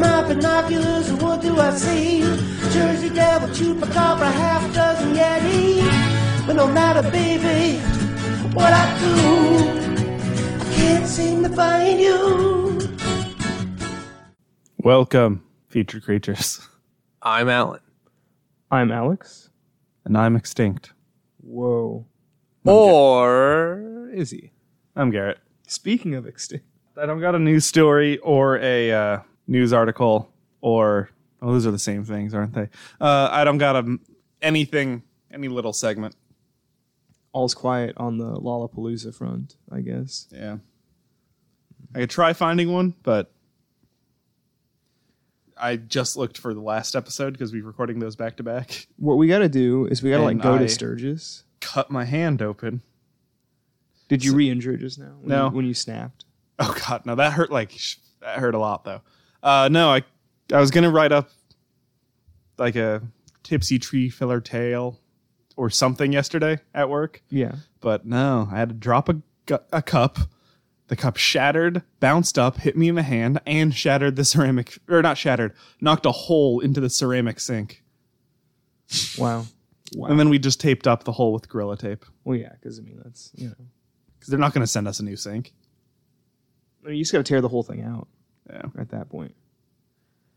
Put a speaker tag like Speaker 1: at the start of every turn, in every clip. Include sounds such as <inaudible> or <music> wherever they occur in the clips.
Speaker 1: binoculars, what do I see? Jersey Devil, Chupacabra, half dozen Yeti. But no matter, baby, what I do, I can't seem to find you.
Speaker 2: Welcome, featured creatures. <laughs>
Speaker 3: I'm Alan.
Speaker 4: I'm Alex.
Speaker 2: And I'm extinct.
Speaker 4: Whoa.
Speaker 3: Or is he?
Speaker 2: I'm Garrett.
Speaker 4: Speaking of extinct,
Speaker 2: I don't got a news story or a uh, news article or oh, those are the same things, aren't they? Uh, I don't got a, anything, any little segment.
Speaker 4: all's quiet on the Lollapalooza front, I guess.
Speaker 2: Yeah, I could try finding one, but I just looked for the last episode because we're recording those back to back. <laughs>
Speaker 4: What we gotta do is we gotta
Speaker 2: And
Speaker 4: like go
Speaker 2: I-
Speaker 4: to Sturgis.
Speaker 2: Cut my hand open.
Speaker 4: Did you re-injure just now? When
Speaker 2: No.
Speaker 4: You, when you snapped.
Speaker 2: Oh god, no, that hurt like sh- that hurt a lot though. Uh, no, I I was gonna write up like a tipsy tree filler tale or something yesterday at work,
Speaker 4: Yeah.
Speaker 2: but no, I had to drop a gu- a cup. The cup shattered, bounced up, hit me in the hand, and shattered the ceramic or not shattered, knocked a hole into the ceramic sink.
Speaker 4: Wow. Wow.
Speaker 2: And then we just taped up the hole with gorilla tape
Speaker 4: well, yeah, because I mean that's you know,
Speaker 2: because they're not going to send us a new sink.
Speaker 4: I mean you just gotta tear the whole thing out.
Speaker 2: Yeah.
Speaker 4: At that point.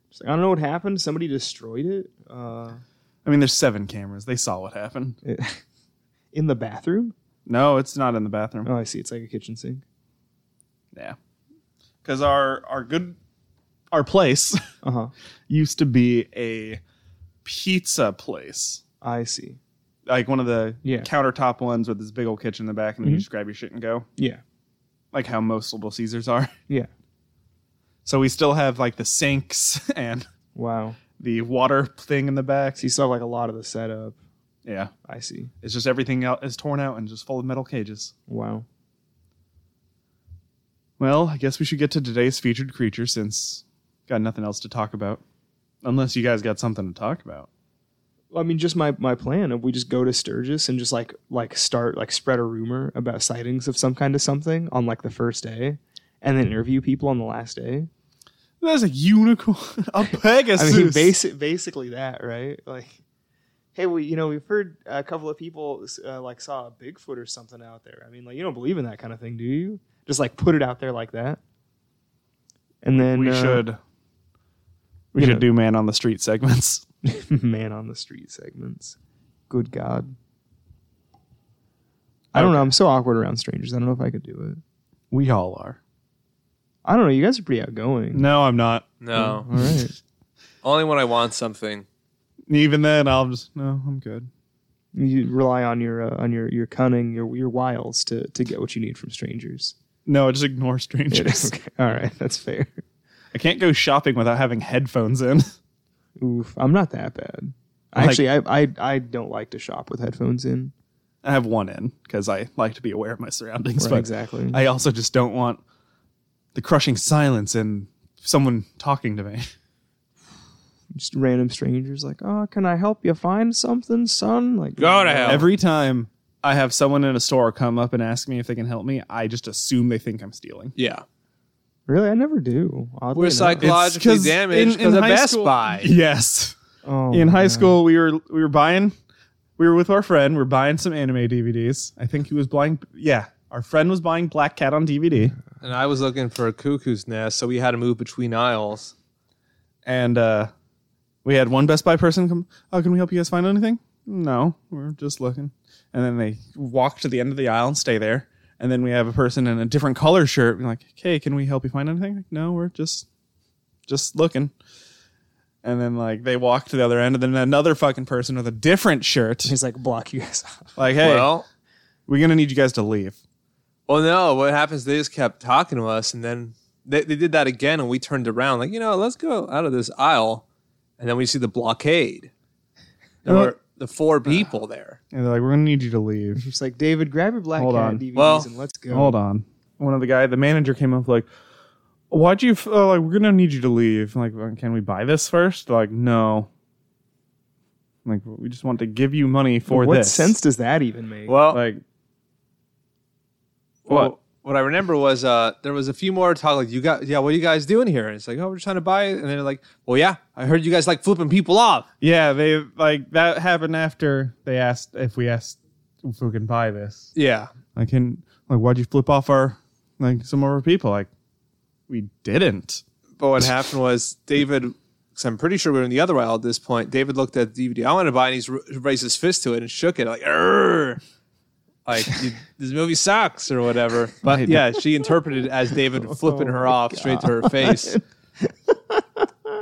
Speaker 4: Just like, I don't know what happened. Somebody destroyed it. Uh,
Speaker 2: I mean, there's seven cameras. They saw what happened.
Speaker 4: it <laughs> in the bathroom.
Speaker 2: No, it's not in the bathroom.
Speaker 4: Oh, I see. It's like a kitchen sink.
Speaker 2: Yeah. Cuz our our good our place <laughs>
Speaker 4: Uh huh.
Speaker 2: used to be a pizza place.
Speaker 4: I see.
Speaker 2: Like one of the
Speaker 4: Yeah.
Speaker 2: countertop ones with this big old kitchen in the back and then you
Speaker 4: Mhm.
Speaker 2: just grab your shit and go.
Speaker 4: Yeah.
Speaker 2: Like how most Little Caesars are. <laughs>
Speaker 4: Yeah.
Speaker 2: So we still have like the sinks <laughs> and
Speaker 4: Wow.
Speaker 2: the water thing in the back.
Speaker 4: So you saw like a lot of the setup.
Speaker 2: Yeah.
Speaker 4: I see.
Speaker 2: It's just everything out is torn out and just full of metal cages.
Speaker 4: Wow.
Speaker 2: Well, I guess we should get to today's featured creature since got nothing else to talk about. Unless you guys got something to talk about.
Speaker 4: I mean, just my my plan of we just go to Sturgis and just like like start like spread a rumor about sightings of some kind of something on like the first day, and then interview people on the last day.
Speaker 2: There's a unicorn, <laughs> a
Speaker 4: I
Speaker 2: Pegasus.
Speaker 4: mean, basi- basically that, right? Like, hey, we you know we've heard a couple of people uh, like saw a Bigfoot or something out there. I mean, like you don't believe in that kind of thing, do you? Just like put it out there like that, and then
Speaker 2: we
Speaker 4: uh,
Speaker 2: should. We
Speaker 4: you
Speaker 2: should
Speaker 4: know.
Speaker 2: do man on the street segments. <laughs>
Speaker 4: <laughs> man on the street segments. Good God. I don't know. I'm so awkward around strangers. I don't know if I could do it.
Speaker 2: We all are.
Speaker 4: I don't know. You guys are pretty outgoing.
Speaker 2: No, I'm not.
Speaker 3: No.
Speaker 4: All right.
Speaker 3: Mm-hmm. Only when I want something.
Speaker 2: Even then, I'll just no. I'm good.
Speaker 4: You rely on your uh, on your your cunning, your your wiles to to get what you need
Speaker 2: <laughs>
Speaker 4: from strangers.
Speaker 2: No, I just ignore <laughs> strangers.
Speaker 4: <laughs> Okay. All right, that's fair.
Speaker 2: I can't go shopping without having headphones in. <laughs>
Speaker 4: Oof, I'm not that bad.
Speaker 2: Like-
Speaker 4: Actually, I, I I don't like to shop with headphones in.
Speaker 2: I have one in because I like to be aware of my surroundings.
Speaker 4: Right,
Speaker 2: but
Speaker 4: exactly.
Speaker 2: I also just don't want the crushing silence and someone talking to me.
Speaker 4: Just random strangers like, oh, can I help you find something, son? Like,
Speaker 3: Go to hell.
Speaker 2: Every time I have someone in a store come up and ask me if they can help me, I just assume they think I'm stealing.
Speaker 3: Yeah.
Speaker 4: Really, I never do. oddly
Speaker 3: We're
Speaker 4: enough.
Speaker 3: psycho- Logically damaged 'cause of
Speaker 2: high
Speaker 3: Best
Speaker 2: school-
Speaker 3: Buy.
Speaker 2: <laughs> Yes.
Speaker 4: Oh,
Speaker 2: in high
Speaker 4: man.
Speaker 2: school we were we were buying we were with our friend we were buying some anime dvds i think he was buying yeah our friend was buying black cat on dvd
Speaker 3: And I was looking for a cuckoo's nest, so we had to move between aisles.
Speaker 2: and uh we had one best buy person come oh can we help you guys find anything no we're just looking and then they walk to the end of the aisle and stay there and then we have a person in a different color shirt being like hey can we help you find anything like, no we're just just looking and then like they walk to the other end and then another fucking person with a different shirt
Speaker 4: He's like, block you guys <laughs> off.
Speaker 2: like hey
Speaker 3: Well,
Speaker 2: we're gonna need you guys to leave.
Speaker 3: well, no. What happens? They just kept talking to us, and then they, they did that again, and we turned around, like you know, let's go out of this aisle, and then we see the blockade. There
Speaker 2: Well- uh,
Speaker 3: were the four people there.
Speaker 2: And they're like, we're gonna need you to leave.
Speaker 4: He's like, David, grab your black
Speaker 2: Hold
Speaker 4: cat
Speaker 2: on.
Speaker 4: DVDs
Speaker 3: Well-
Speaker 4: and let's go.
Speaker 2: Hold on. One of the guy, the manager came up like, why'd you f- uh, like? We're gonna need you to leave. I'm like, "Well, can we buy this 1st like, no. I'm like, we just want to give you money for
Speaker 4: what
Speaker 2: this.
Speaker 4: sense does that even make?
Speaker 3: Well,
Speaker 2: Like,
Speaker 3: well,
Speaker 2: what?
Speaker 3: what I remember was uh, there was a few more talk like you got yeah what are you guys doing here and it's like oh we're trying to buy it and they're like well yeah I heard you guys like flipping people off
Speaker 2: Yeah, they like that happened after they asked if we asked if we can buy this.
Speaker 3: yeah
Speaker 2: I can like why'd you flip off our like some of our people? Like we didn't.
Speaker 3: but what happened was David because I'm pretty sure we were in the other aisle at this point David looked at the DVD I want to buy and he's r- raised his fist to it and shook it like "Arr!" like you- this movie sucks or <laughs> whatever but
Speaker 2: Right.
Speaker 3: yeah she interpreted it as David flipping her off straight to her <laughs> face.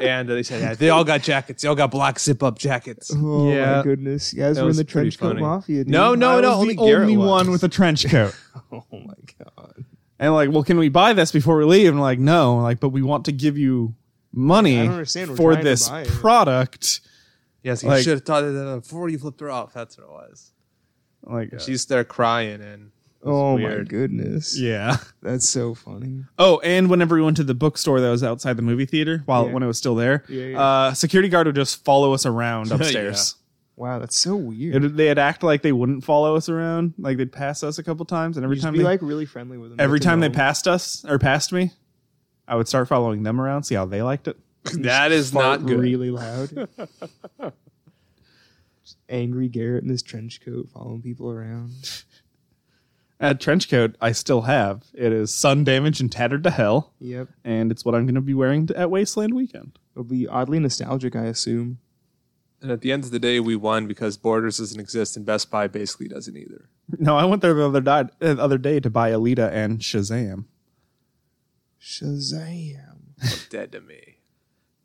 Speaker 3: And uh, they said, yeah, they all got jackets. They all got black zip-up jackets.
Speaker 4: Oh
Speaker 2: Yeah.
Speaker 4: my goodness, you guys
Speaker 3: That
Speaker 4: were in
Speaker 3: was
Speaker 4: the
Speaker 3: pretty
Speaker 4: trench coat
Speaker 3: funny.
Speaker 4: mafia. Dude.
Speaker 3: No, no,
Speaker 2: I
Speaker 3: no.
Speaker 2: was
Speaker 3: Only
Speaker 2: the
Speaker 3: Garrett
Speaker 2: only
Speaker 3: was.
Speaker 2: one with a trench coat.
Speaker 4: <laughs> Oh my god.
Speaker 2: and like, well, can we buy this before we leave? And like, no, like, but we want to give you money
Speaker 4: I don't understand. We're
Speaker 2: for
Speaker 4: trying to
Speaker 2: this
Speaker 4: buy it.
Speaker 2: product.
Speaker 3: Yes, you
Speaker 2: Like-
Speaker 3: should have thought of that before you flipped her off. That's what it was.
Speaker 2: Like,
Speaker 3: She's there crying, and
Speaker 4: Oh my
Speaker 3: weird.
Speaker 4: goodness.
Speaker 2: yeah.
Speaker 4: That's so funny.
Speaker 2: Oh, and whenever we went to the bookstore that was outside the movie theater, while
Speaker 4: Yeah.
Speaker 2: when it was still there,
Speaker 4: Yeah, yeah.
Speaker 2: Uh, security guard would just follow us
Speaker 4: <laughs>
Speaker 2: around upstairs.
Speaker 4: Wow, that's so weird.
Speaker 2: It, they'd act like they wouldn't follow us around. Like they'd pass us a couple times, and every
Speaker 4: Just
Speaker 2: time
Speaker 4: be
Speaker 2: they,
Speaker 4: like really friendly with them.
Speaker 2: every
Speaker 4: Get to
Speaker 2: time they
Speaker 4: know 'em.
Speaker 2: passed us or passed me, I would start following them around, see how they liked it.
Speaker 3: that is not good.
Speaker 2: <laughs>
Speaker 4: really loud. Just Angry Garrett in his trench coat following people around.
Speaker 2: A trench coat I still have. It is sun damaged and tattered to hell,
Speaker 4: Yep.
Speaker 2: and it's what I'm going to be wearing to, at Wasteland Weekend.
Speaker 4: It'll be oddly nostalgic, I assume.
Speaker 3: And at the end of the day, we won because Borders doesn't exist, and Best Buy basically doesn't either.
Speaker 2: No, I went there the other, di- uh, the other day to buy Alita and Shazam.
Speaker 4: Shazam.
Speaker 3: Dead to me.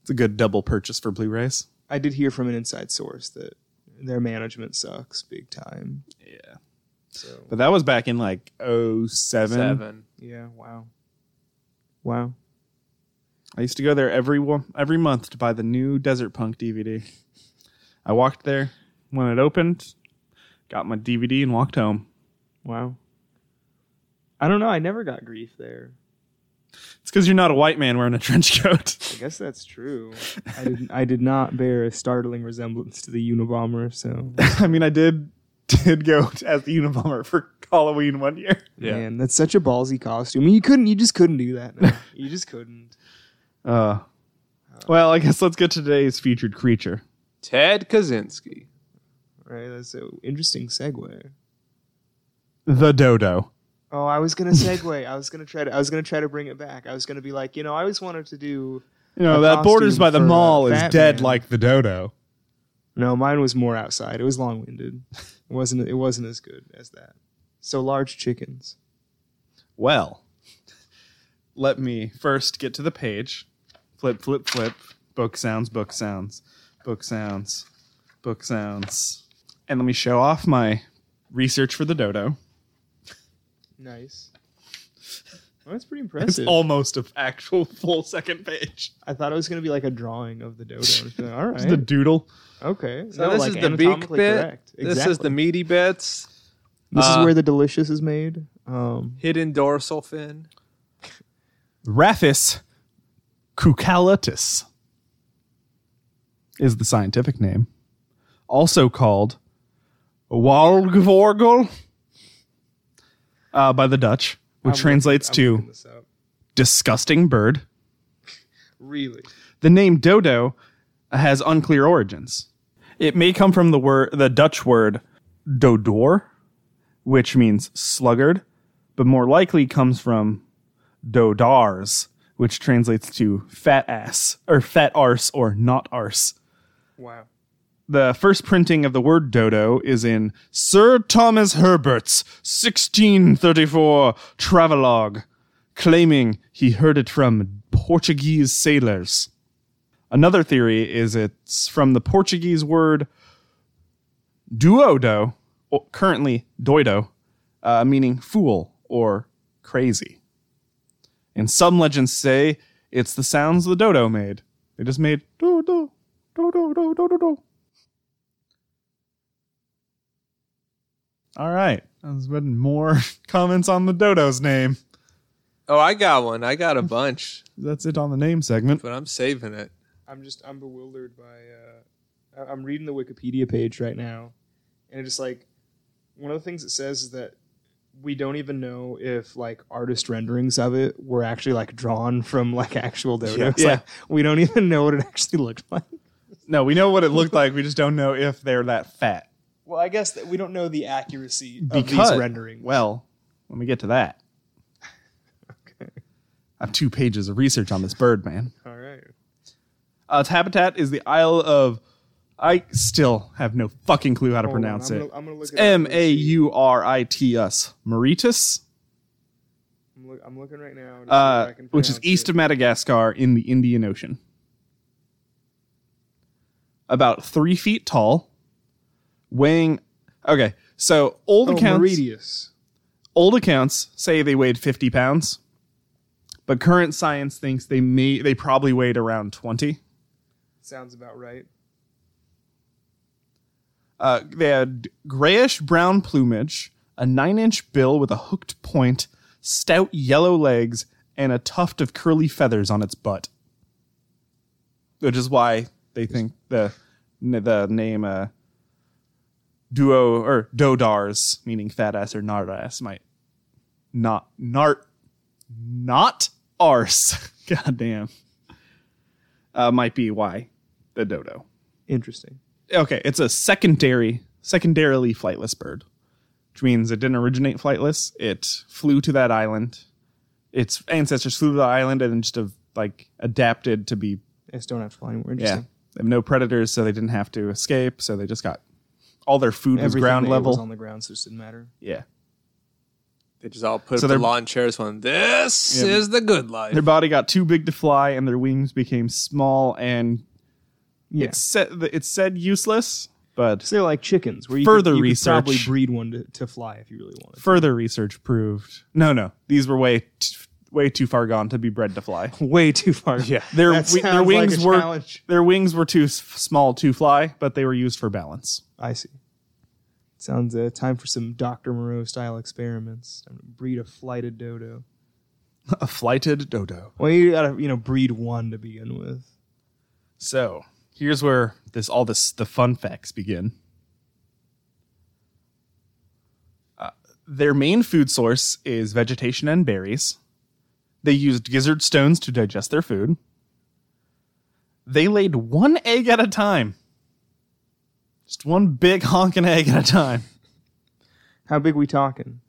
Speaker 2: It's a good double purchase for Blu-rays.
Speaker 4: I did hear from an inside source that their management sucks big time.
Speaker 2: Yeah,
Speaker 4: So
Speaker 2: but that was back in like 07.
Speaker 3: Seven.
Speaker 4: yeah, wow. Wow.
Speaker 2: I used to go there every wo- every month to buy the new Desert Punk DVD. I walked there when it opened, got my DVD, and walked home.
Speaker 4: Wow. I don't know, I never got grief there.
Speaker 2: It's because you're not a white man wearing a trench coat. <laughs>
Speaker 4: I guess that's true. I did I did not bear a startling resemblance to the Unabomber, so
Speaker 2: I mean, I did <laughs> did go as the Unabomber for Halloween one year.
Speaker 3: Yeah.
Speaker 4: Man, that's such a ballsy costume. You couldn't. You just couldn't do that. now. you just couldn't.
Speaker 2: Uh, well, I guess let's get to today's featured creature.
Speaker 3: Ted Kaczynski.
Speaker 4: Right. That's an interesting segue.
Speaker 2: The dodo.
Speaker 4: Oh, I was gonna segue. I was gonna try to. I was gonna try to bring it back. I was gonna be like, you know, I always wanted to do.
Speaker 2: You know,
Speaker 4: A
Speaker 2: that borders
Speaker 4: costume
Speaker 2: by the
Speaker 4: for a
Speaker 2: mall is
Speaker 4: fat
Speaker 2: dead
Speaker 4: man.
Speaker 2: like the dodo.
Speaker 4: No, mine was more outside. It was long winded. It wasn't. It wasn't as good as that. So large chickens.
Speaker 2: Well, let me first get to the page. Flip, flip, flip. Book sounds, book sounds, book sounds, book sounds. And let me show off my research for the dodo.
Speaker 4: Nice. Well, that's pretty
Speaker 2: It's
Speaker 4: impressive.
Speaker 2: almost an actual <laughs> full second page.
Speaker 4: I thought it was gonna be like a drawing of the dodo. All
Speaker 2: It's the
Speaker 4: right.
Speaker 2: doodle.
Speaker 4: Okay.
Speaker 3: So this is the beak bit. This is the meaty bits.
Speaker 4: This
Speaker 3: uh,
Speaker 4: is where the delicious is made. Um,
Speaker 3: Hidden dorsal fin.
Speaker 2: Raphis cucalatus is the scientific name, also called Walgevorgel uh, by the Dutch, which
Speaker 4: I'm
Speaker 2: translates
Speaker 4: looking- I'm
Speaker 2: to
Speaker 4: looking this up.
Speaker 2: disgusting bird.
Speaker 4: really.
Speaker 2: The name dodo has unclear origins. It may come from the word the Dutch word dodor, which means sluggard, but more likely comes from dodars, which translates to fat ass or fat arse or not arse.
Speaker 4: Wow.
Speaker 2: The first printing of the word dodo is in Sir Thomas Herbert's 1634 travelogue, claiming he heard it from Portuguese sailors. Another theory is it's from the Portuguese word duodo, or currently doido, uh, meaning fool or crazy. And some legends say it's the sounds the dodo made. They just made do do do do do do do do. All right, I was reading more <laughs> comments on the dodo's name.
Speaker 3: Oh, I got one. I got a bunch,
Speaker 2: That's it on the name segment.
Speaker 3: but I'm saving it.
Speaker 4: I'm just I'm bewildered by. Uh, I- I'm reading the Wikipedia page right now, and it just like one of the things it says is that we don't even know if like artist renderings of it were actually like drawn from like actual dodos.
Speaker 2: Yeah.
Speaker 4: Like, we don't even know what it actually looked like.
Speaker 2: No, we know what it looked like. We just don't know if they're that fat.
Speaker 4: Well, I guess that we don't know the accuracy of
Speaker 2: Because-
Speaker 4: these renderings.
Speaker 2: Well, let me get to that. I have two pages of research on this bird, man.
Speaker 4: All right.
Speaker 2: Uh, its habitat is the Isle of. I still have no fucking clue how to
Speaker 4: Hold on,
Speaker 2: pronounce
Speaker 4: I'm
Speaker 2: it.
Speaker 4: gonna- I'm gonna look
Speaker 2: It's
Speaker 4: it up on
Speaker 2: M
Speaker 4: the
Speaker 2: A
Speaker 4: sheet.
Speaker 2: U R I T S. Mauritius,
Speaker 4: I'm, look, I'm looking right now. to see if
Speaker 2: uh,
Speaker 4: I can
Speaker 2: which is
Speaker 4: pronounce
Speaker 2: east
Speaker 4: it.
Speaker 2: of Madagascar in the Indian Ocean. About three feet tall, weighing. Okay, so old
Speaker 4: oh,
Speaker 2: accounts.
Speaker 4: Meridius.
Speaker 2: old accounts say they weighed 50 pounds but current science thinks they may they probably weighed around 20
Speaker 4: Sounds about right.
Speaker 2: uh, they had grayish brown plumage a nine inch bill with a hooked point stout yellow legs and a tuft of curly feathers on its butt which is why they think the the name uh, duo or dodars meaning fat ass or nard ass might not nart not arse <laughs> goddamn uh, might be why the dodo
Speaker 4: Interesting.
Speaker 2: okay it's a secondary secondarily flightless bird which means it didn't originate flightless it flew to that island its ancestors flew to the island and just have like adapted to be
Speaker 4: I just don't have to fly anymore.
Speaker 2: yeah
Speaker 4: Interesting.
Speaker 2: they have no predators so they didn't have to escape so they just got all their food was
Speaker 4: Everything
Speaker 2: ground
Speaker 4: they ate was
Speaker 2: level
Speaker 4: on the ground, so it just didn't matter.
Speaker 2: yeah
Speaker 3: They just all put
Speaker 2: So
Speaker 3: up the
Speaker 2: they're-
Speaker 3: lawn chairs. One. This
Speaker 2: Yeah.
Speaker 3: is the good life.
Speaker 2: their body got too big to fly and their wings became small and
Speaker 4: Yeah.
Speaker 2: it's said it's said useless but
Speaker 4: So they're like chickens, where you
Speaker 2: Further
Speaker 4: could, you could probably
Speaker 2: research.
Speaker 4: breed one to, to fly if you really wanted.
Speaker 2: further research proved no no these were way t- way too far gone to be bred to fly
Speaker 4: <laughs> Way too far. <laughs> Yeah,
Speaker 2: Their, wi- their wings were their wings were too s- small to fly, but they were used for balance. <laughs>
Speaker 4: I see. Sounds uh, time for some Dr. Moreau style experiments. Time to breed a flighted dodo.
Speaker 2: A flighted dodo.
Speaker 4: Well, you gotta you know breed one to begin with.
Speaker 2: So here's where this all this the fun facts begin. Uh, Their main food source is vegetation and berries. They used gizzard stones to digest their food. They laid one egg at a time. Just one big honking egg at a time.
Speaker 4: How big we talking?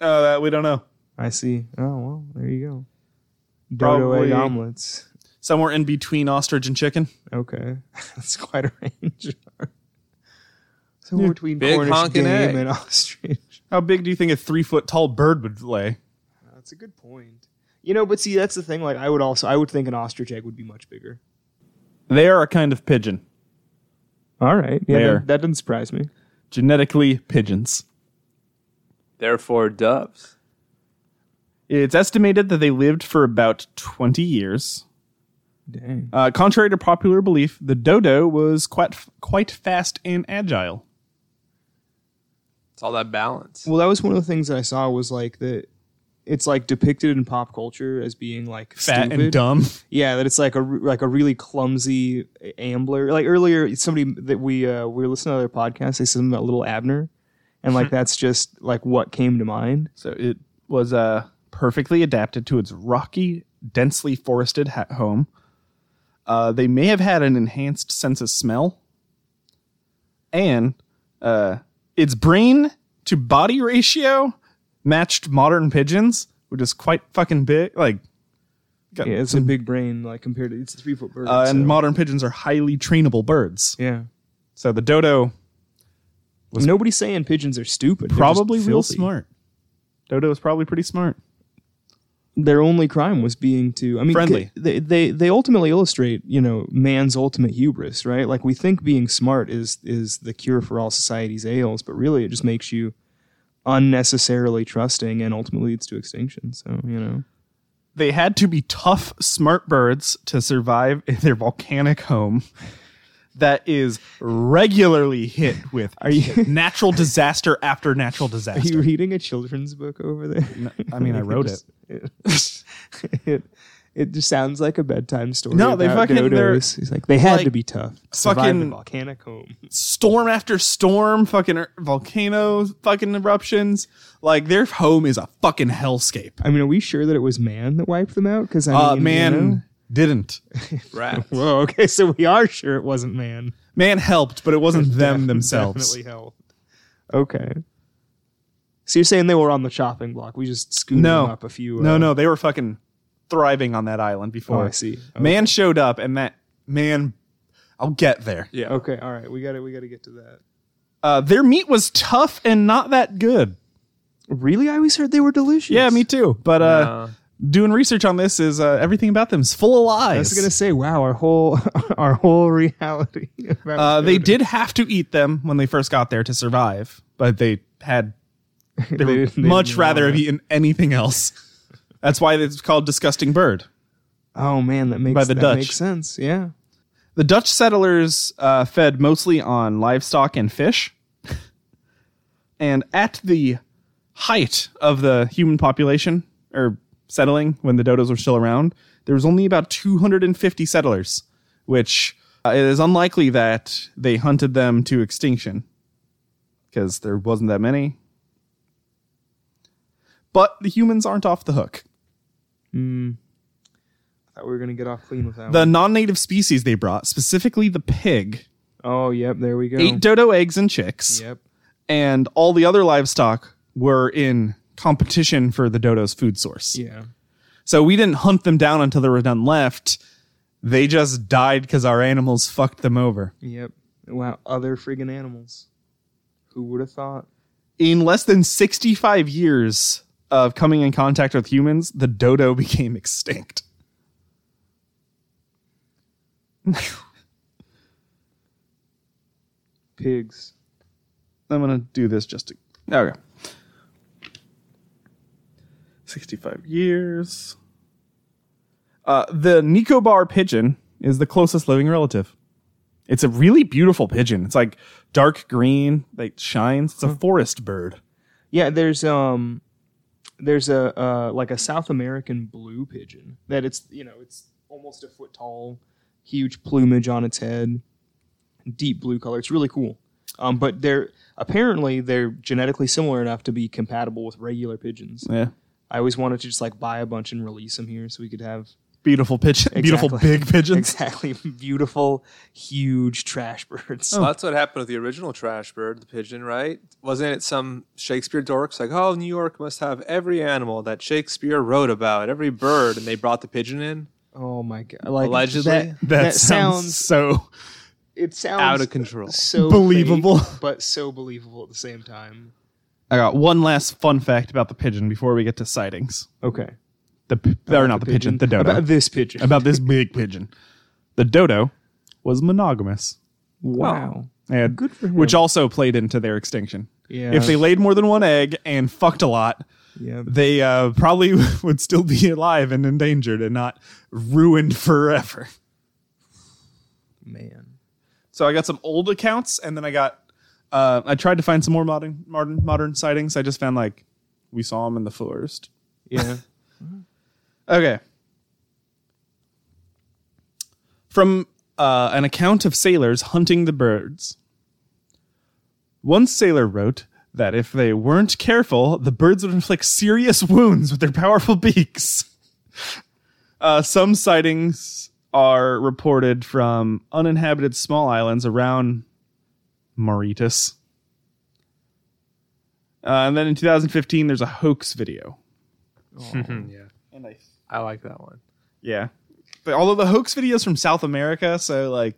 Speaker 2: Oh, that we don't know.
Speaker 4: I see. Oh well, there you go. Dodo
Speaker 2: Probably-
Speaker 4: egg omelets.
Speaker 2: Somewhere in between ostrich and chicken.
Speaker 4: Okay, <laughs> that's quite a <laughs> range. so we're between
Speaker 3: Big
Speaker 4: Cornish
Speaker 3: honking
Speaker 4: game
Speaker 3: egg.
Speaker 4: and <laughs> ostrich.
Speaker 2: How big do you think a three foot tall bird would lay?
Speaker 4: That's a good point. You know, but see, that's the thing. Like, I would also, I would think an ostrich egg would be much bigger.
Speaker 2: They are a kind of pigeon,
Speaker 4: All right, yeah,
Speaker 2: There.
Speaker 4: that, that didn't surprise me.
Speaker 2: genetically pigeons.
Speaker 3: Therefore, doves.
Speaker 2: It's estimated that they lived for about 20 years.
Speaker 4: Dang,
Speaker 2: Uh, contrary to popular belief, the dodo was quite, quite fast and agile.
Speaker 3: It's all that balance.
Speaker 4: Well, that was one of the things that I saw was like that. It's like depicted in pop culture as being like
Speaker 2: Fat
Speaker 4: stupid.
Speaker 2: and dumb.
Speaker 4: Yeah, that it's like a re- like a really clumsy ambler. Like earlier, somebody that we uh, we were listening to their podcast. They said something about little Abner, and like that's just like what came to mind.
Speaker 2: So it was uh, perfectly adapted to its rocky, densely forested ha- home. Uh, they may have had an enhanced sense of smell, and uh, its brain to body ratio matched modern pigeons, which is quite fucking big. Like, got-
Speaker 4: Yeah, it's a big brain like compared to it's a three foot bird.
Speaker 2: uh, and
Speaker 4: so-
Speaker 2: modern pigeons are highly trainable birds.
Speaker 4: yeah,
Speaker 2: So the dodo
Speaker 4: nobody's saying pigeons are stupid. They're just
Speaker 2: probably real
Speaker 4: filthy.
Speaker 2: smart. Dodo is probably pretty smart.
Speaker 4: their only crime was being too I mean
Speaker 2: Friendly.
Speaker 4: c- They, they they ultimately illustrate you know man's ultimate hubris right like we think being smart is is the cure for all society's ails but really it just makes you unnecessarily trusting and ultimately leads to extinction so you know
Speaker 2: they had to be tough, smart birds to survive in their volcanic home that is regularly hit with
Speaker 4: Are you-
Speaker 2: natural disaster after natural
Speaker 4: are you
Speaker 2: disaster.
Speaker 4: reading a children's book over there
Speaker 2: I mean, I wrote it.
Speaker 4: <laughs> it, it It just sounds like a bedtime story.
Speaker 2: No, they
Speaker 4: about
Speaker 2: fucking- they're-
Speaker 4: dodos. He's like they had
Speaker 2: like,
Speaker 4: to be tough. to survive the
Speaker 2: fucking-
Speaker 4: volcanic home.
Speaker 2: storm after storm, fucking er- volcanoes, fucking eruptions. Like their home is a fucking hellscape.
Speaker 4: I mean, are we sure that it was man that wiped them out? Because I mean,
Speaker 2: Uh,
Speaker 4: you
Speaker 2: man
Speaker 4: know-
Speaker 2: didn't.
Speaker 3: Rat.
Speaker 4: Whoa, okay, so we are sure it wasn't man.
Speaker 2: Man helped, but it
Speaker 4: <laughs>
Speaker 2: wasn't them themselves.
Speaker 4: Definitely hell. Okay. So you're saying they were on the shopping block? We just scooted
Speaker 2: No.
Speaker 4: them up a few.
Speaker 2: No,
Speaker 4: uh,
Speaker 2: no, they were fucking thriving on that island before.
Speaker 4: Oh, I see.
Speaker 2: Man showed up, and that man, I'll get there.
Speaker 3: Yeah.
Speaker 4: Okay, all right, we got to we got to get to that.
Speaker 2: Uh, their meat was tough and not that good.
Speaker 4: Really, I always heard they were delicious.
Speaker 2: Yeah, me too. But uh,
Speaker 3: Uh,
Speaker 2: doing research on this is uh, everything about them is full of lies.
Speaker 4: I was gonna say, wow, our whole <laughs> our whole reality. <laughs> about
Speaker 2: Uh, they
Speaker 4: food.
Speaker 2: did have to eat them when they first got there to survive, but they had they
Speaker 4: They
Speaker 2: would
Speaker 4: didn't- they
Speaker 2: much
Speaker 4: didn't
Speaker 2: rather
Speaker 4: want
Speaker 2: have eaten anything
Speaker 4: <laughs>
Speaker 2: else. That's why it's called disgusting bird.
Speaker 4: Oh man, that makes
Speaker 2: By the
Speaker 4: that
Speaker 2: Dutch.
Speaker 4: makes sense. Yeah.
Speaker 2: The Dutch settlers uh, fed mostly on livestock and fish, and at the height of the human population or settling when the dodos were still around, there was only about 250 settlers, which uh, it is unlikely that they hunted them to extinction because there wasn't that many. But the humans aren't off the hook.
Speaker 4: I thought we were gonna get off clean with that.
Speaker 2: The
Speaker 4: one.
Speaker 2: non native species they brought, specifically the pig,
Speaker 4: Oh, yep. There we go.
Speaker 2: ate dodo eggs and chicks.
Speaker 4: Yep.
Speaker 2: and all the other livestock were in competition for the dodo's food source.
Speaker 4: Yeah.
Speaker 2: So we didn't hunt them down until there were none left. They just died because our animals fucked them over.
Speaker 4: Yep. Wow. Other friggin' animals. Who would have thought?
Speaker 2: In less than 65 years of coming in contact with humans, the dodo <laughs> became extinct.
Speaker 4: Pigs.
Speaker 2: I'm gonna do this just to okay. Sixty-five years. Uh, the Nicobar pigeon is the closest living relative. It's a really beautiful pigeon. It's like dark green, like shines. It's a forest bird.
Speaker 4: Yeah. There's um. There's a uh, like a South American blue pigeon that it's you know it's almost a foot tall, huge plumage on its head, deep blue color. It's really cool. Um, but they're apparently they're genetically similar enough to be compatible with regular pigeons.
Speaker 2: Yeah,
Speaker 4: I always wanted to just like buy a bunch and release them here so we could have <laughs>
Speaker 2: beautiful pigeon. <laughs> Beautiful
Speaker 4: Exactly.
Speaker 2: big pigeons.
Speaker 4: exactly beautiful, huge trash birds.
Speaker 2: Oh.
Speaker 3: Well, that's what happened with the original trash bird, the pigeon, right? Wasn't it some Shakespeare dorks like, oh, New York must have every animal that Shakespeare wrote about, every bird, and they brought the pigeon in?
Speaker 4: Oh my god! Like
Speaker 3: Allegedly?
Speaker 4: that,
Speaker 2: <laughs> That,
Speaker 4: that
Speaker 2: sounds,
Speaker 4: sounds
Speaker 2: so.
Speaker 4: it sounds
Speaker 3: Out of control.
Speaker 4: so
Speaker 2: Believable.
Speaker 4: fake, <laughs> but so believable at the same time.
Speaker 2: I got one last fun fact about the pigeon before we get to sightings.
Speaker 4: Okay,
Speaker 2: The p- or not the pigeon, the dodo.
Speaker 4: About this pigeon.
Speaker 2: about this big pigeon. The dodo was monogamous.
Speaker 4: wow.
Speaker 2: And,
Speaker 4: Good for him.
Speaker 2: Which also played into their extinction.
Speaker 4: Yeah.
Speaker 2: If they laid more than one egg and fucked a lot,
Speaker 4: Yeah.
Speaker 2: they uh, probably <laughs> would still be alive and endangered and not ruined forever.
Speaker 4: Man.
Speaker 2: So I got some old accounts, and then I got. Uh, I tried to find some more modern modern modern sightings. I just found like we saw them in the forest. <laughs>
Speaker 4: Yeah.
Speaker 2: Okay. From uh, an account of sailors hunting the birds, one sailor wrote that if they weren't careful, the birds would inflict serious wounds with their powerful beaks. <laughs> Uh, some sightings are reported from uninhabited small islands around Mauritius. Uh, and then in 2015, there's a hoax video. And I
Speaker 3: I like that one.
Speaker 2: yeah. But although the hoax video is from South America, so like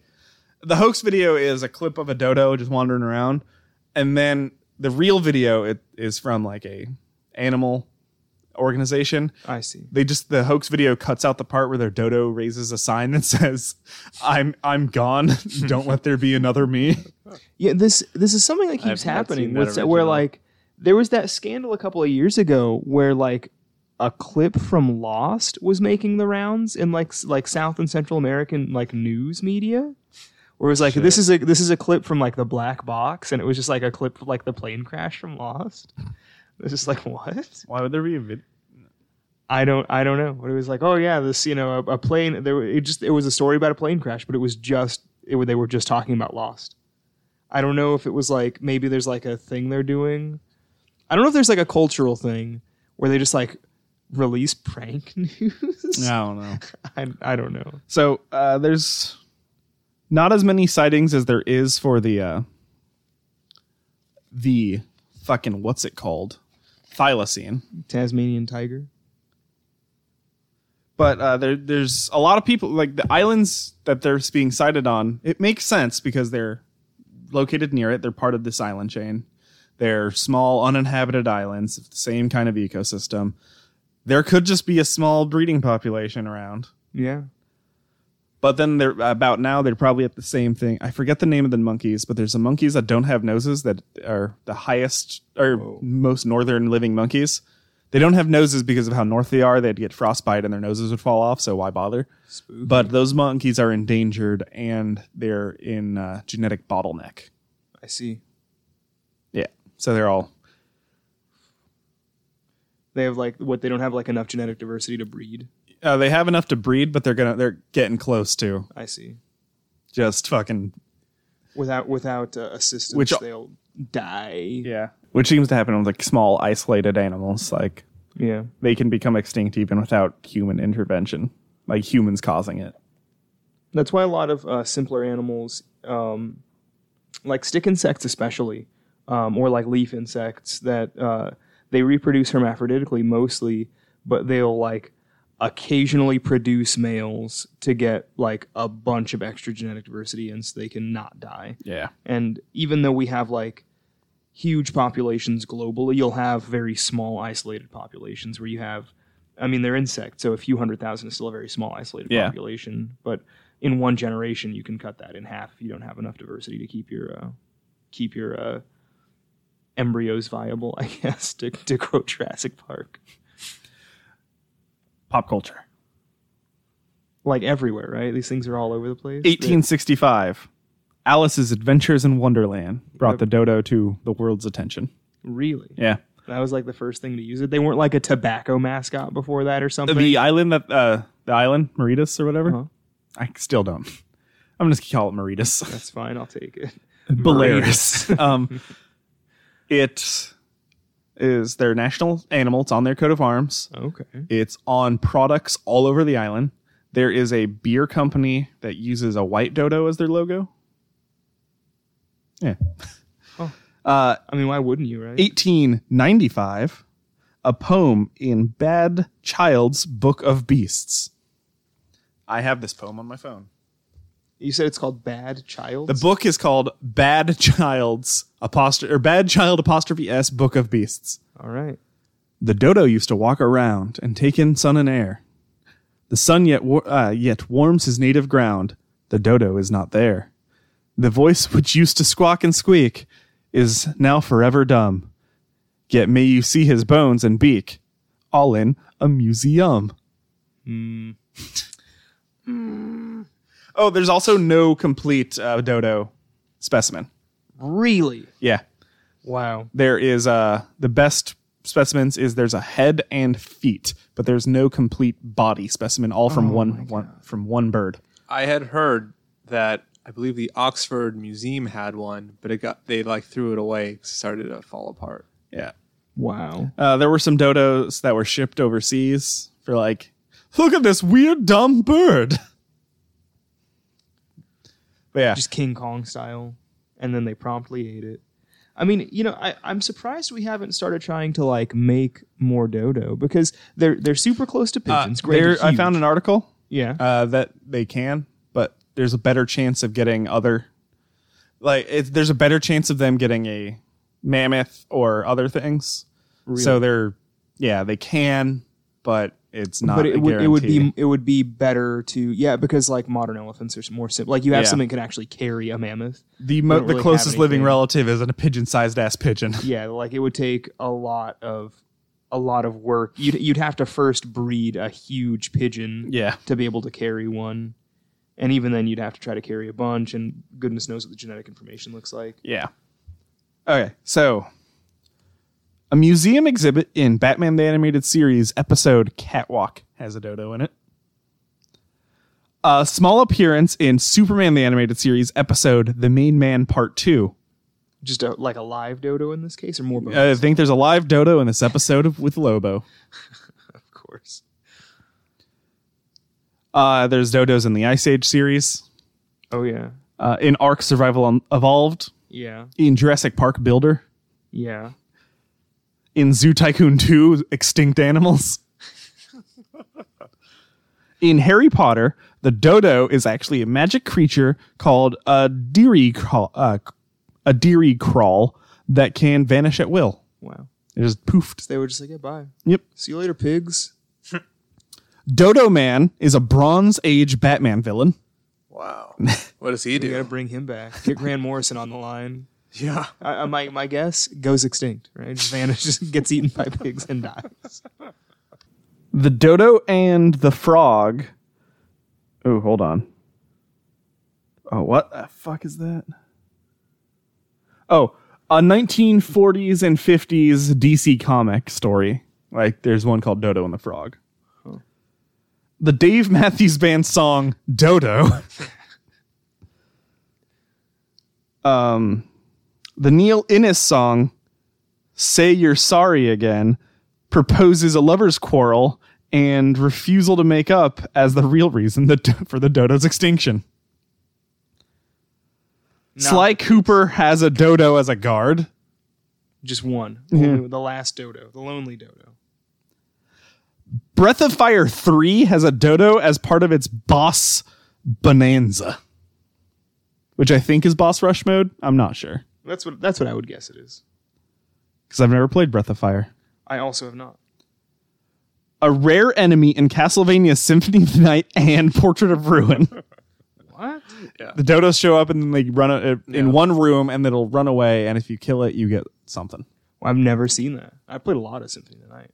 Speaker 2: the hoax video is a clip of a dodo just wandering around, and then the real video it is from like a animal organization.
Speaker 4: I see.
Speaker 2: They just the hoax video cuts out the part where their dodo raises a sign that <laughs> says, "I'm I'm gone. Don't let there be another me."
Speaker 4: Yeah, this this is something that
Speaker 3: have
Speaker 4: keeps
Speaker 3: not
Speaker 4: happening.
Speaker 3: seen that
Speaker 4: What's that- where
Speaker 3: original.
Speaker 4: like there was that scandal a couple of years ago where like a clip from Lost was making the rounds in like s- like South and Central American like news media. Where it was like this is a this is a clip from like the black box and it was just like a clip <laughs> of like the plane crash from Lost. It was just like what?
Speaker 2: Why would there be a video?
Speaker 4: I don't I don't know. But it was like, oh yeah, this you know a, a plane. There were- it just it was a story about a plane crash, but it was just it were- they were just talking about Lost. I don't know if it was like maybe there's like a thing they're doing. I don't know if there's like a cultural thing where they just like release prank <laughs> news.
Speaker 2: I don't know.
Speaker 4: I, I don't know.
Speaker 2: So uh, there's not as many sightings as there is for the uh, the fucking what's it called thylacine,
Speaker 4: Tasmanian tiger.
Speaker 2: but uh, there there's a lot of people like the islands that they're being sighted on. It makes sense because they're located near it. They're part of this island chain. They're small uninhabited islands of the same kind of ecosystem. There could just be a small breeding population around.
Speaker 4: Yeah.
Speaker 2: But then they're about now they're probably at the same thing. I forget the name of the monkeys, but there's some monkeys that don't have noses that are the highest or most northern living monkeys. They don't have noses because of how north they are. They'd get frostbite and their noses would fall off, so why bother? But those monkeys are endangered and they're in uh, genetic bottleneck.
Speaker 4: I see.
Speaker 2: Yeah. So they're all
Speaker 4: They have like what they don't have like enough genetic diversity to breed.
Speaker 2: uh, they have enough to breed, but they're gonna they're getting close to
Speaker 4: I see.
Speaker 2: just fucking
Speaker 4: Without without uh, assistance,
Speaker 2: Which-
Speaker 4: they'll die.
Speaker 2: yeah. Which seems to happen with like small isolated animals like
Speaker 4: Yeah.
Speaker 2: they can become extinct even without human intervention, like humans causing it.
Speaker 4: That's why a lot of uh, simpler animals, um, like stick insects especially, um, or like leaf insects, that uh, they reproduce hermaphroditically mostly, but they'll like occasionally produce males to get like a bunch of extra genetic diversity and so they can not die.
Speaker 2: Yeah.
Speaker 4: And even though we have like huge populations globally, you'll have very small isolated populations where you have, I mean, they're insects, so a few hundred thousand is still a very small isolated
Speaker 2: Yeah.
Speaker 4: population. But in one generation, you can cut that in half if you don't have enough diversity to keep your uh, keep your uh, embryos viable. <laughs> I guess to to quote Jurassic Park,
Speaker 2: Pop culture.
Speaker 4: like everywhere, right? These things are all over the place.
Speaker 2: 1865. Alice's Adventures in Wonderland brought the dodo to the world's attention.
Speaker 4: really?
Speaker 2: Yeah.
Speaker 4: That was like the first thing to use it. They weren't like a tobacco mascot before that or something.
Speaker 2: The island that, uh, the island, Mauritius or whatever.
Speaker 4: Uh-huh.
Speaker 2: I still don't. I'm just gonna call it Mauritius.
Speaker 4: That's fine. I'll take it.
Speaker 2: <laughs> Belarus. um, it is their national animal. It's on their coat of arms.
Speaker 4: Okay.
Speaker 2: It's on products all over the island. There is a beer company that uses a white dodo as their logo. Yeah. Uh,
Speaker 4: I mean, why wouldn't you, right?
Speaker 2: 1895, a poem in Bad Child's Book of Beasts. I have this poem on my phone.
Speaker 4: You said it's called Bad Child.
Speaker 2: The book is called Bad Child's apostrophe or Bad Child apostrophe S Book of Beasts.
Speaker 4: All right.
Speaker 2: The dodo used to walk around and take in sun and air. The sun yet war- uh, yet warms his native ground. The dodo is not there. The voice which used to squawk and squeak is now forever dumb. Yet may you see his bones and beak, all in a museum. <laughs> oh, there's also no complete uh, dodo specimen.
Speaker 4: Really?
Speaker 2: Yeah,
Speaker 4: Wow.
Speaker 2: there is uh the best specimens is there's a head and feet, but there's no complete body specimen, all from one one from one bird.
Speaker 3: I had heard that I believe the Oxford Museum had one, but it got they like threw it away 'cause it started to fall apart.
Speaker 2: Yeah,
Speaker 4: Wow.
Speaker 2: uh, there were some dodos that were shipped overseas for like, look at this weird dumb bird. <laughs> But yeah,
Speaker 4: Just King Kong style. And then they promptly ate it. I mean, you know, I, I'm surprised we haven't started trying to like make more dodo because they're they're super close to pigeons. Great.
Speaker 2: there Uh, I found an article
Speaker 4: yeah.
Speaker 2: uh, that they can, but there's a better chance of getting other, like it, there's a better chance of them getting a mammoth or other things. So they're, yeah, they can, but it's not.
Speaker 4: but
Speaker 2: a
Speaker 4: it would it would
Speaker 2: guarantee.
Speaker 4: be it would be better to yeah because like modern elephants are more simple. Like you have
Speaker 2: Yeah.
Speaker 4: something that can actually carry a mammoth.
Speaker 2: the mo-
Speaker 4: don't
Speaker 2: the
Speaker 4: really have
Speaker 2: closest living
Speaker 4: anything.
Speaker 2: relative is a pigeon-sized ass pigeon.
Speaker 4: yeah like it would take a lot of a lot of work you'd, you'd have to first breed a huge pigeon
Speaker 2: <laughs> yeah,
Speaker 4: to be able to carry one and even then you'd have to try to carry a bunch and goodness knows what the genetic information looks like
Speaker 2: yeah. Okay, so A museum exhibit in Batman the Animated Series episode Catwalk has a dodo in it. A small appearance in Superman the Animated Series episode The Main Man Part 2.
Speaker 4: Just a, like a live dodo in this case, or more bones,
Speaker 2: I think there's a live dodo in this episode of, with Lobo.
Speaker 4: of course.
Speaker 2: Uh, there's dodos in the Ice Age series,
Speaker 4: Oh yeah,
Speaker 2: uh, in Ark Survival Un- Evolved,
Speaker 4: yeah,
Speaker 2: in Jurassic Park Builder,
Speaker 4: yeah.
Speaker 2: in Zoo Tycoon 2 Extinct Animals. <laughs> in Harry Potter, the dodo is actually a magic creature called a deary crawl, uh, a deary crawl that can vanish at will.
Speaker 4: Wow.
Speaker 2: It just poofed.
Speaker 4: So they were just like, yeah, bye.
Speaker 2: Yep.
Speaker 4: See you later, pigs.
Speaker 2: Dodo Man is a Bronze Age Batman villain.
Speaker 3: Wow. <laughs> What does
Speaker 2: <laughs>
Speaker 3: he
Speaker 4: We got to
Speaker 3: do?
Speaker 4: bring him back. Get Grant Morrison on the line.
Speaker 3: Yeah.
Speaker 4: I, I, my my guess goes extinct. Right, <laughs> just vanishes, gets eaten by pigs, and dies.
Speaker 2: The dodo and the frog. Oh, hold on. Oh, what the fuck is that? Oh, a 1940s and 50s DC comic story. Like, there's one called Dodo and the Frog. The Dave Matthews Band song Dodo. um, the Neil Innes song Say You're Sorry Again proposes a lover's quarrel and refusal to make up as the real reason that, for the dodo's extinction. Sly Cooper has a dodo as a guard.
Speaker 4: Just one. Only The last dodo, the lonely dodo.
Speaker 2: Breath of Fire 3 has a dodo as part of its boss bonanza, which I think is boss rush mode. I'm not sure
Speaker 4: That's what that's what I would guess it is.
Speaker 2: because I've never played Breath of Fire.
Speaker 4: I also have not.
Speaker 2: A rare enemy in Castlevania Symphony of the Night and Portrait of Ruin.
Speaker 4: What?
Speaker 2: the dodos show up and then they run uh, in one room and it'll run away and if you kill it you get something
Speaker 4: Well, I've never seen that. I played a lot of Symphony tonight.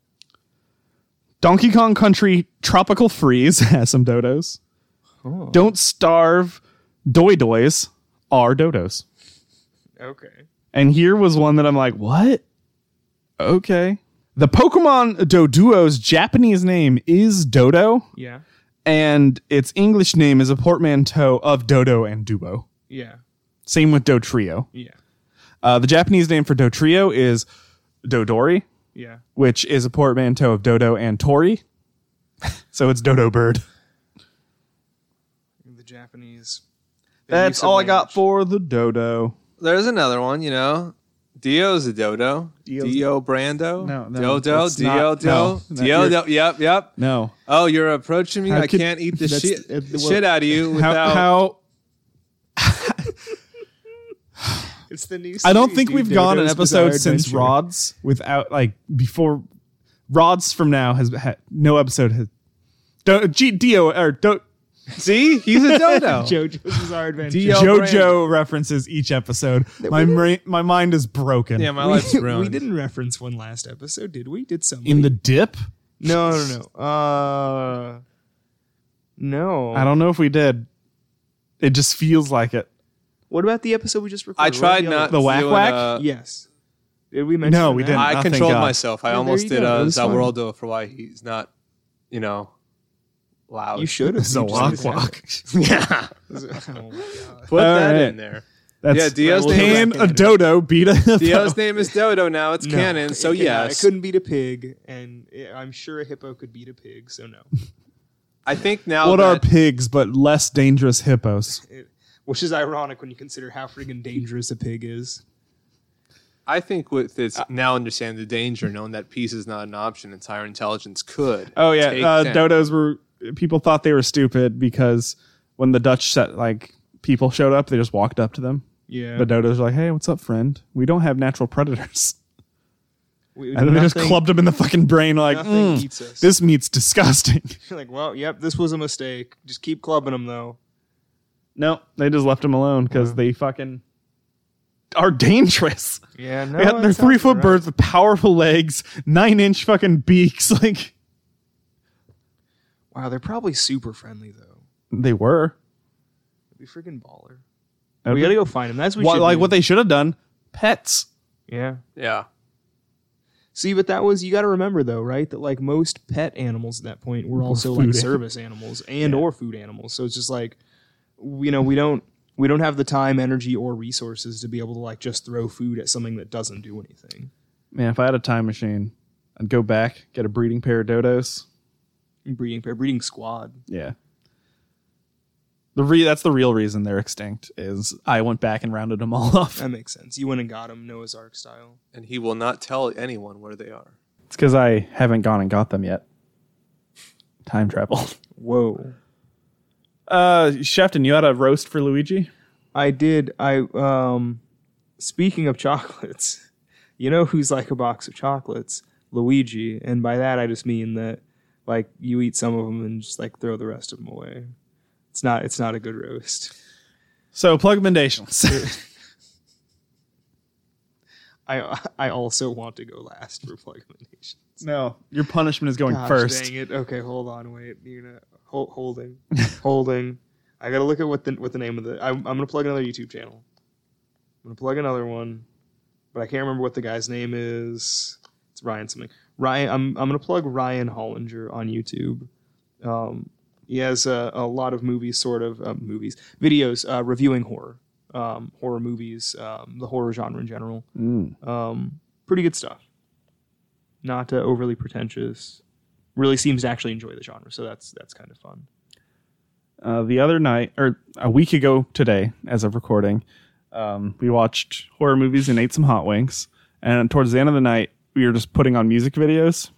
Speaker 2: donkey kong country tropical freeze <laughs> has some dodos don't starve doi dois are dodos
Speaker 4: Okay.
Speaker 2: and here was one that i'm like what okay the pokemon doduo's japanese name is dodo
Speaker 4: Yeah.
Speaker 2: and its english name is a portmanteau of dodo and duo
Speaker 4: Yeah.
Speaker 2: same with dotrio
Speaker 4: Yeah.
Speaker 2: uh, the japanese name for dotrio is dodori
Speaker 4: Yeah.
Speaker 2: which is a portmanteau of dodo and tori. <laughs> so it's dodo bird.
Speaker 4: The Japanese.
Speaker 2: That's all I got for the dodo.
Speaker 3: There's another one, you know. Dio's a dodo.
Speaker 2: Dio's-
Speaker 3: Dio Brando.
Speaker 2: No, no,
Speaker 3: Dodo.
Speaker 2: that's not-
Speaker 3: Dio.
Speaker 2: no,
Speaker 3: Dio.
Speaker 2: that
Speaker 3: Dio.
Speaker 2: you're-
Speaker 3: Do- Yep. Yep.
Speaker 2: No.
Speaker 3: Oh, you're approaching me.
Speaker 2: How
Speaker 3: I
Speaker 2: could-
Speaker 3: can't eat the
Speaker 2: that's-
Speaker 3: shit,
Speaker 2: uh, well-
Speaker 3: shit out of you
Speaker 2: How,
Speaker 3: without.
Speaker 2: how
Speaker 4: It's the new.
Speaker 2: I don't think we've gone an episode since Rods without like before Rods from now has had no episode has do, G, Dio or do,
Speaker 3: See, he's
Speaker 2: <laughs>
Speaker 3: a dodo.
Speaker 4: JoJo's Bizarre Adventure.
Speaker 3: Dio
Speaker 2: JoJo
Speaker 3: Brando.
Speaker 2: references each episode. My ma- my mind is broken.
Speaker 3: Yeah, my
Speaker 4: <laughs> We-
Speaker 3: life's
Speaker 4: we,
Speaker 3: ruined.
Speaker 4: didn't reference one last episode, did we? Did somebody?
Speaker 2: In the dip?
Speaker 4: no, no, no. Uh, no.
Speaker 2: I don't know if we did. It just feels like it.
Speaker 4: What about the episode we just recorded?
Speaker 3: I
Speaker 4: What
Speaker 3: tried
Speaker 4: about
Speaker 3: not
Speaker 4: other-
Speaker 2: The whack
Speaker 3: doing,
Speaker 2: whack?
Speaker 3: uh,
Speaker 4: yes. Did we mention?
Speaker 2: No, we
Speaker 4: that?
Speaker 2: didn't.
Speaker 3: I
Speaker 2: thank
Speaker 3: controlled
Speaker 2: God.
Speaker 3: myself. I
Speaker 4: there
Speaker 3: almost
Speaker 4: you
Speaker 3: did
Speaker 4: go. It
Speaker 3: uh,
Speaker 4: was fun.
Speaker 3: Zalworldo for why he's not, you know, loud.
Speaker 4: You should have.
Speaker 2: Oh, It's a
Speaker 4: You
Speaker 2: walk
Speaker 4: just-
Speaker 2: walk.
Speaker 3: yeah,
Speaker 4: Oh
Speaker 2: <laughs>
Speaker 4: my God.
Speaker 3: put
Speaker 2: All
Speaker 3: that
Speaker 2: right.
Speaker 3: in there.
Speaker 2: That's
Speaker 3: Yeah, Dio's
Speaker 2: can
Speaker 3: name
Speaker 2: a dodo beat a <laughs>
Speaker 3: Dio's name is Dodo now. It's
Speaker 4: No,
Speaker 3: canon. So
Speaker 4: it cannot.
Speaker 3: yes,
Speaker 4: it couldn't beat a pig, and i- I'm sure a hippo could beat a pig.
Speaker 2: <laughs>
Speaker 4: So no,
Speaker 3: I think now.
Speaker 2: What
Speaker 3: that,
Speaker 2: are pigs but less dangerous hippos?
Speaker 4: It- which is ironic when you consider how friggin' dangerous a pig is.
Speaker 3: I think with this now understand the danger, knowing that peace is not an option, its higher intelligence could.
Speaker 2: Oh yeah,
Speaker 3: take
Speaker 2: uh,
Speaker 3: them.
Speaker 2: dodos were people thought they were stupid because when the Dutch set like people showed up, they just walked up to them.
Speaker 4: Yeah,
Speaker 2: The dodos are like, "Hey, what's up, friend? We don't have natural predators." <laughs>
Speaker 4: we,
Speaker 2: And then they just
Speaker 4: nothing-
Speaker 2: clubbed them in the fucking brain like,
Speaker 4: Nothing
Speaker 2: "Mm,
Speaker 4: eats us.
Speaker 2: "This meat's disgusting." <laughs>
Speaker 4: You're like, well, yep, this was a mistake. Just keep clubbing them though.
Speaker 2: no, they just left them alone cuz they fucking are dangerous.
Speaker 4: Yeah, no,
Speaker 2: They got- they're
Speaker 4: that sounds
Speaker 2: three foot
Speaker 4: right.
Speaker 2: birds with powerful legs, nine inch fucking beaks. <laughs> Like
Speaker 4: Wow, they're probably super friendly though.
Speaker 2: they were.
Speaker 4: It'd be friggin' baller. We gotta go find them. That's what we
Speaker 2: What-
Speaker 4: should
Speaker 2: like
Speaker 4: do.
Speaker 2: what they should have done. Pets.
Speaker 4: Yeah,
Speaker 3: Yeah.
Speaker 4: See, but that was you got to remember though, right? That like most pet animals at that point were also like
Speaker 2: food
Speaker 4: service animals and or food animals. So it's just like w- you know we don't we don't have the time, energy, or resources to be able to like just throw food at something that doesn't do anything.
Speaker 2: Man, if I had a time machine, I'd go back, get a breeding pair of dodos.
Speaker 4: Breeding pair, breeding squad.
Speaker 2: Yeah. The re- that's the real reason they're extinct is I went back and rounded them all <laughs> off.
Speaker 4: That makes sense. You went and got them Noah's Ark style.
Speaker 3: and he will not tell anyone where they are.
Speaker 2: It's because I haven't gone and got them yet. Time travel.
Speaker 4: Whoa.
Speaker 2: <laughs> Uh, Shefton, you had a roast for Luigi?
Speaker 4: I did. I um, speaking of chocolates, <laughs> you know who's like a box of chocolates, Luigi, and by that I just mean that like you eat some of them and just like throw the rest of them away. It's not. It's not a good roast.
Speaker 2: So plug
Speaker 4: <laughs>
Speaker 2: mendations.
Speaker 4: I <laughs> I also want to go last for <laughs> plug nations.
Speaker 2: no, your punishment is going
Speaker 4: Gosh,
Speaker 2: first.
Speaker 4: Dang it. Okay, hold on. Wait. You're gonna hold, holding, <laughs> holding. I gotta look at what the what the name of the. I'm, I'm gonna plug another YouTube channel. I'm gonna plug another one, but I can't remember what the guy's name is. It's Ryan something. Ryan. I'm I'm gonna plug Ryan Hollinger on YouTube. Um, he has a, a lot of movies, sort of uh, movies, videos uh, reviewing horror, um, horror movies, um, the horror genre in general.
Speaker 2: Mm.
Speaker 4: Um, pretty good stuff. Not uh, overly pretentious. Really seems to actually enjoy the genre, so that's that's kind of fun.
Speaker 2: Uh, the other night, or a week ago today, as of recording, um, we watched horror movies and ate some hot wings. And towards the end of the night, we were just putting on music videos.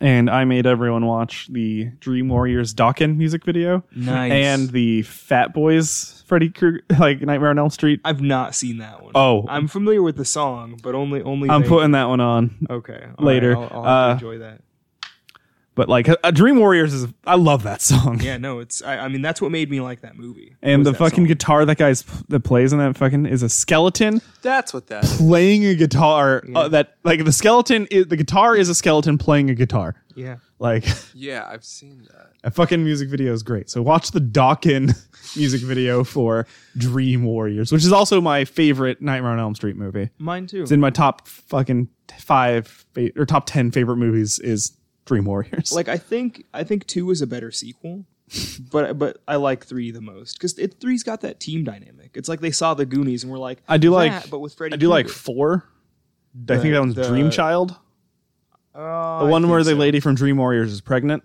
Speaker 2: And I made everyone watch the Dream Warriors Dokken music video
Speaker 4: Nice.
Speaker 2: and the Fat Boys Freddy Krueger, <laughs> like Nightmare on Elm Street.
Speaker 4: I've not seen that one.
Speaker 2: Oh.
Speaker 4: I'm familiar with the song, but only only.
Speaker 2: I'm
Speaker 4: they-
Speaker 2: putting that one on.
Speaker 4: okay all right,
Speaker 2: later.
Speaker 4: I'll, I'll
Speaker 2: Uh,
Speaker 4: enjoy that.
Speaker 2: But like, uh, Dream Warriors is, I love that song.
Speaker 4: Yeah, no, it's. I, I mean, that's what made me like that movie.
Speaker 2: And
Speaker 4: was
Speaker 2: the
Speaker 4: that
Speaker 2: fucking
Speaker 4: song.
Speaker 2: guitar that guy's that plays in that fucking is a skeleton
Speaker 3: That's what that is.
Speaker 2: playing a guitar. Uh, that like the skeleton, is, the guitar is a skeleton playing a guitar.
Speaker 4: Yeah.
Speaker 2: Like <laughs>
Speaker 3: Yeah, I've seen that.
Speaker 2: a fucking music video is great. So watch the Dawkin <laughs> music video for Dream Warriors, which is also my favorite Nightmare on Elm Street movie.
Speaker 4: Mine too.
Speaker 2: It's in my top fucking five fa- or top ten favorite movies is Dream Warriors.
Speaker 4: like I think I think two is a better sequel, <laughs> but but I like three the most because three's got that team dynamic. It's like they saw the Goonies and were like,
Speaker 2: I do like-
Speaker 4: that, but with Freddy.
Speaker 2: I do like
Speaker 4: Krueger.
Speaker 2: four. I think that one's
Speaker 4: the-
Speaker 2: Dream Child.
Speaker 4: Uh,
Speaker 2: The
Speaker 4: I
Speaker 2: one
Speaker 4: think
Speaker 2: where the
Speaker 4: so.
Speaker 2: lady from Dream Warriors is pregnant.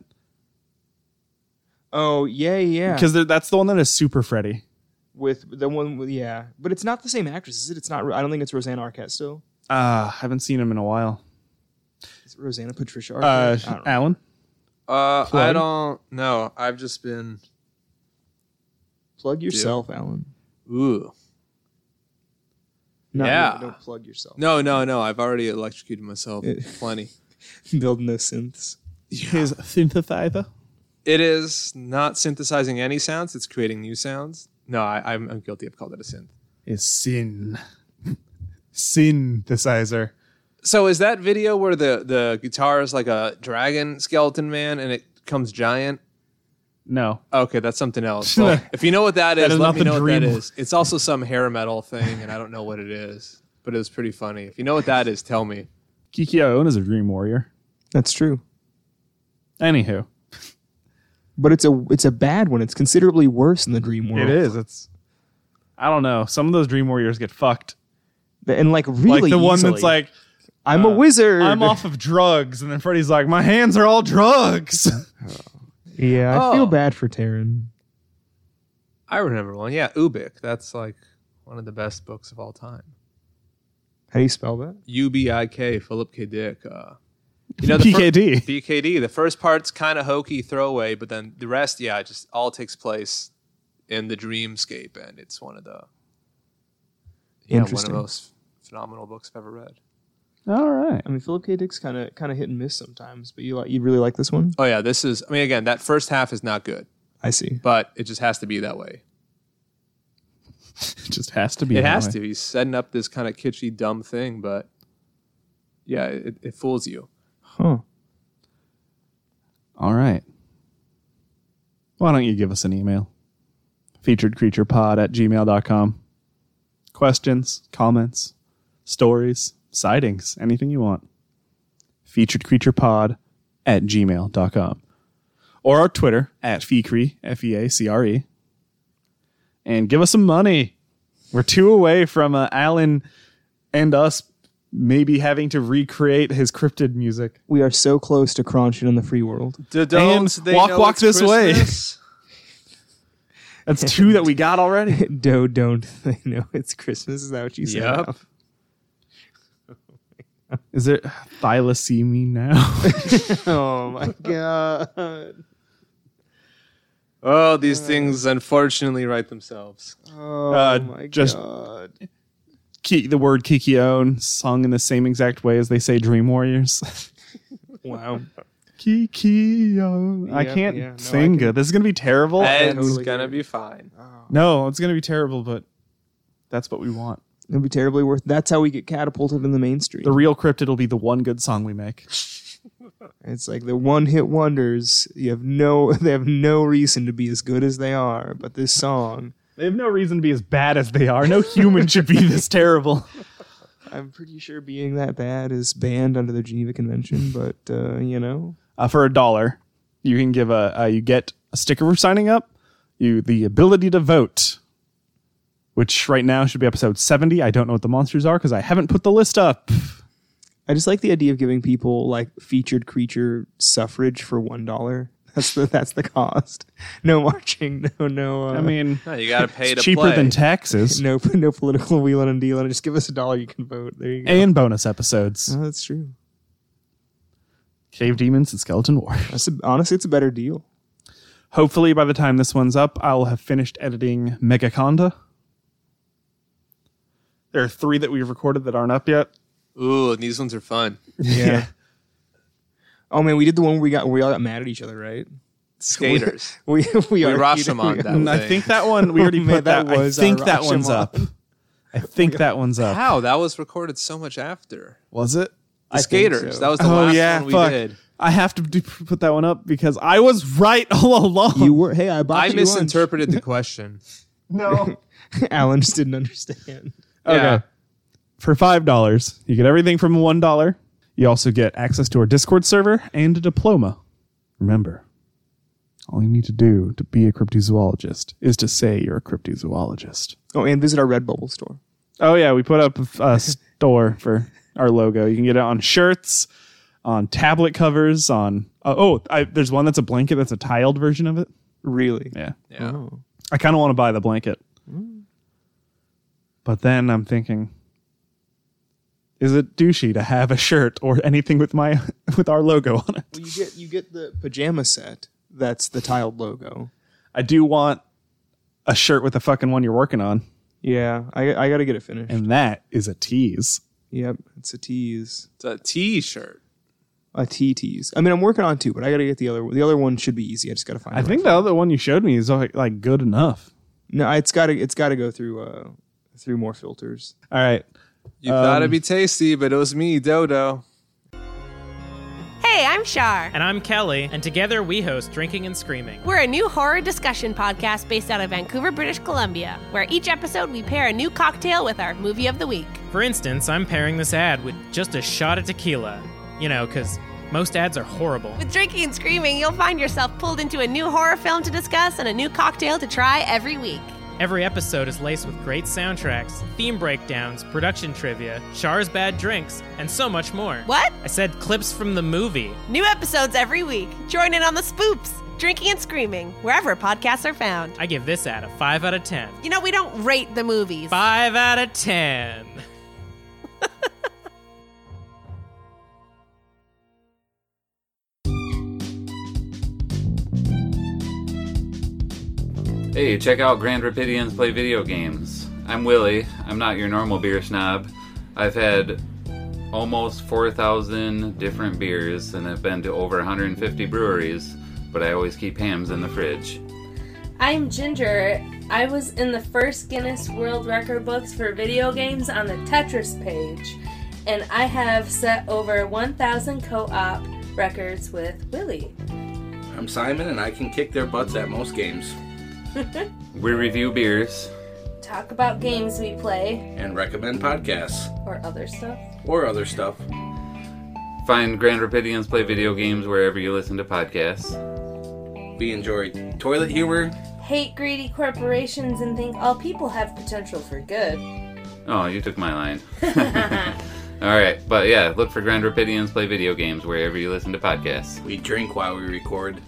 Speaker 4: Oh yeah, yeah.
Speaker 2: Because they're- that's the one that is Super Freddy.
Speaker 4: with the one with yeah, but it's not the same actress, is it? It's not. I don't think it's Rosanna Arquette still.
Speaker 2: Uh, haven't seen him in a while.
Speaker 4: It's Rosanna Patricia
Speaker 2: Uh,
Speaker 4: Arquette. I don't know.
Speaker 2: Alan?
Speaker 3: Uh, I
Speaker 2: Plug?
Speaker 3: don't know. I've just been
Speaker 4: plug yourself, Alan.
Speaker 3: ooh.
Speaker 4: Not
Speaker 3: Yeah.
Speaker 4: really, don't plug
Speaker 2: <laughs>
Speaker 4: yourself.
Speaker 3: No, no, no. I've already electrocuted myself
Speaker 4: It-
Speaker 3: plenty.
Speaker 4: Building those synths.
Speaker 2: His synthesizer?
Speaker 3: It is not synthesizing any sounds. It's creating new sounds. No, I, I'm, I'm guilty of calling it a synth.
Speaker 2: Is sin. synthesizer.
Speaker 3: So is that video where the the guitar is like a dragon skeleton man and it comes giant?
Speaker 2: No.
Speaker 3: Okay, that's something else. Well, if you know what that is,
Speaker 2: is
Speaker 3: let
Speaker 2: not
Speaker 3: me
Speaker 2: the
Speaker 3: know what that
Speaker 2: dream.
Speaker 3: is. It's also some hair metal thing, and I don't know what it is, but it was pretty funny. If you know what that is, tell me.
Speaker 2: Kiki Iona is a dream warrior.
Speaker 4: That's true.
Speaker 2: Anywho.
Speaker 4: But it's a it's a bad one. It's considerably worse than the Dream World.
Speaker 2: It is. It's. I don't know. Some of those dream warriors get fucked.
Speaker 4: and like really
Speaker 2: like the one
Speaker 4: easily.
Speaker 2: that's like, uh,
Speaker 4: I'm a wizard.
Speaker 2: I'm off of drugs. And then Freddy's like, my hands are all <laughs> drugs.
Speaker 4: <laughs> Yeah, I
Speaker 3: Oh.
Speaker 4: feel bad for Taryn.
Speaker 3: I remember one. Yeah, Ubik. That's like one of the best books of all time.
Speaker 4: How do you spell that?
Speaker 3: U B I K. Philip K. Dick. Uh, you the fir-
Speaker 2: PKD.
Speaker 3: BKD. The first part's kind of hokey throwaway, but then the rest, yeah, it just all takes place in the dreamscape, and it's one of the yeah, one of the
Speaker 4: Interesting.
Speaker 3: most phenomenal books I've ever read.
Speaker 2: all right.
Speaker 4: I mean, Philip K. Dick's kind of kind of hit and miss sometimes, but you like you really like this one.
Speaker 3: Oh yeah, this is. I mean, again, that first half is not good,
Speaker 4: I see.
Speaker 3: but it just has to be that way.
Speaker 2: It just has to be.
Speaker 3: it
Speaker 2: that
Speaker 3: has
Speaker 2: way.
Speaker 3: to. He's setting up this kind of kitschy, dumb thing, but yeah, it, it fools you.
Speaker 4: Huh.
Speaker 2: All right. Why don't you give us an email? Featuredcreaturepod at gmail.com. Questions, comments, stories, sightings, anything you want. featured creature pod at gmail.com or our Twitter at feacre, F E A C R E. And give us some money. We're two away from uh, Alan and us maybe having to recreate his cryptid music.
Speaker 4: We are so close to crunching in the free world. <laughs>
Speaker 3: D- don't
Speaker 2: And
Speaker 3: they
Speaker 2: walk-
Speaker 3: know
Speaker 2: walk
Speaker 3: it's
Speaker 2: this way.
Speaker 3: Christmas?
Speaker 2: That's two that we got already.
Speaker 4: Do don't <laughs> they know it's Christmas? Is that what you said?
Speaker 3: Yup.
Speaker 4: Ralph?
Speaker 2: Is there thylacemia now?
Speaker 4: <laughs> Oh <laughs> my
Speaker 2: Uh,
Speaker 4: god.
Speaker 3: <laughs> Oh, these things unfortunately write themselves.
Speaker 4: Oh
Speaker 2: Uh,
Speaker 4: my
Speaker 2: just-
Speaker 4: god.
Speaker 2: <laughs> Ki- the word Kikion sung in the same exact way as they say Dream <laughs> Warriors.
Speaker 4: Wow.
Speaker 2: Kikion. I
Speaker 4: Yeah,
Speaker 2: can't
Speaker 4: yeah, no, I
Speaker 2: sing
Speaker 4: can-
Speaker 2: good. This is going to be terrible.
Speaker 3: it's
Speaker 4: totally
Speaker 3: gonna
Speaker 4: get it.
Speaker 3: be fine.
Speaker 2: no, it's going to be terrible, but that's what we want.
Speaker 4: <laughs> It'd be terribly worth. That's how we get catapulted in the mainstream.
Speaker 2: The real cryptid will be the one good song we make.
Speaker 4: It's like the one-hit wonders. You have no. <laughs> They have no reason to be as good as they are. But this song,
Speaker 2: They have no reason to be as bad as they are. No human should be this terrible.
Speaker 4: I'm pretty sure being that bad is banned under the Geneva Convention. But uh, you know,
Speaker 2: uh, for a dollar. You can give a uh, you get a sticker for signing up. You the ability to vote, which right now should be episode seventy. I don't know what the monsters are because I haven't put the list up.
Speaker 4: I just like the idea of giving people like featured creature suffrage for one dollar. That's the that's the cost. <laughs> No marching. No no. Uh,
Speaker 2: I mean,
Speaker 3: No, you gotta pay to
Speaker 2: cheaper
Speaker 3: play.
Speaker 2: than taxes
Speaker 4: no <laughs> no political wheeling and dealing. Just give us a dollar. You can vote. There you
Speaker 2: <laughs>
Speaker 4: go.
Speaker 2: and bonus episodes.
Speaker 4: Oh, that's true.
Speaker 2: Cave demons and skeleton war. <laughs>
Speaker 4: That's a, honestly, it's a better deal.
Speaker 2: Hopefully, by the time this one's up, I'll have finished editing Megaconda. There are three that we've recorded that aren't up yet.
Speaker 3: Ooh, and these ones
Speaker 2: <laughs>
Speaker 3: are fun.
Speaker 4: Yeah. Oh man, we did the one where we got where we all got mad at each other, right?
Speaker 3: Skaters.
Speaker 4: <laughs> We we, are <laughs>
Speaker 3: Rashomon that.
Speaker 2: And I
Speaker 3: thing.
Speaker 2: think that one <laughs> we already
Speaker 4: Man,
Speaker 2: put
Speaker 4: that
Speaker 2: Oh, that.
Speaker 4: was
Speaker 2: I
Speaker 4: our
Speaker 2: think that one's
Speaker 4: Rashomon.
Speaker 2: up. I think that one's up.
Speaker 3: How? That was recorded so much after.
Speaker 2: <laughs> Was it?
Speaker 3: The
Speaker 4: think
Speaker 3: skaters.
Speaker 4: so.
Speaker 3: That was the
Speaker 2: Oh,
Speaker 3: last one we did.
Speaker 2: I have to do, put that one up because I was right <laughs> all along.
Speaker 4: You were hey, I bought
Speaker 3: I
Speaker 4: you
Speaker 3: misinterpreted
Speaker 2: <laughs>
Speaker 3: the question.
Speaker 2: know.
Speaker 4: lunch. <laughs> Alan just didn't understand.
Speaker 2: okay.
Speaker 3: Yeah.
Speaker 2: For five dollars, you get everything from one dollar. You also get access to our Discord server and a diploma. Remember, all you need to do to be a cryptozoologist is to say you're a cryptozoologist.
Speaker 4: Oh, and visit our Redbubble store.
Speaker 2: Oh yeah, we put up a, a store for our logo. You can get it on shirts, on tablet covers, on uh, oh, I, there's one that's a blanket that's a tiled version of it.
Speaker 4: Really?
Speaker 2: Yeah,
Speaker 3: Yeah.
Speaker 4: Oh.
Speaker 2: I kind of want to buy the blanket, but then I'm thinking, is it douchey to have a shirt or anything with my <laughs> with our logo on it?
Speaker 4: Well, you get you get the pajama set. That's the tiled logo.
Speaker 2: I do want a shirt with the fucking one you're working on,
Speaker 4: Yeah, I I gotta get it finished.
Speaker 2: and that is a tease.
Speaker 4: yep, it's a tease,
Speaker 3: It's a T-shirt.
Speaker 4: a T tease. I mean, I'm working on two, but I gotta get the other. one. The other one should be easy. I just gotta find.
Speaker 2: I
Speaker 4: the
Speaker 2: think the other one you showed me is like, like good enough.
Speaker 4: right- no, it's gotta it's gotta go through uh through more filters.
Speaker 2: All right.
Speaker 3: You thought
Speaker 2: Um,
Speaker 3: it'd be tasty, but it was me, Dodo.
Speaker 5: Hey, I'm Shar.
Speaker 6: And I'm Kelly, and together we host Drinking and Screaming.
Speaker 5: We're a new horror discussion podcast based out of Vancouver, British Columbia, where each episode we pair a new cocktail with our movie of the week.
Speaker 6: For instance, I'm pairing this ad with just a shot of tequila. You know, because most ads are horrible.
Speaker 5: With drinking and screaming, you'll find yourself pulled into a new horror film to discuss and a new cocktail to try every week.
Speaker 6: Every episode is laced with great soundtracks, theme breakdowns, production trivia, Char's bad drinks, and so much more.
Speaker 5: What?
Speaker 6: I said clips from the movie.
Speaker 5: New episodes every week. Join in on the spoops, drinking and screaming, wherever podcasts are found.
Speaker 6: I give this ad a 5 out of 10.
Speaker 5: You know, we don't rate the movies.
Speaker 6: 5 out of 10.
Speaker 7: Hey, check out Grand Rapidians Play Video Games. I'm Willie. I'm not your normal beer snob. I've had almost 4,000 different beers and have been to over 150 breweries, but I always keep hams in the fridge.
Speaker 8: I'm Ginger. I was in the first Guinness World Record books for video games on the Tetris page, and I have set over 1,000 co op records with Willie.
Speaker 9: I'm Simon, and I can kick their butts at most games
Speaker 7: We review beers.
Speaker 8: Talk about games we play
Speaker 9: and recommend podcasts
Speaker 8: or other stuff.
Speaker 9: or other stuff.
Speaker 7: Find Grand Rapidians Play Video Games wherever you listen to podcasts.
Speaker 9: We enjoy toilet humor.
Speaker 8: Hate greedy corporations and think all people have potential for good.
Speaker 7: Oh, you took my line. <laughs> All right, but yeah, look for Grand Rapidians Play Video Games wherever you listen to podcasts.
Speaker 9: We drink while we record.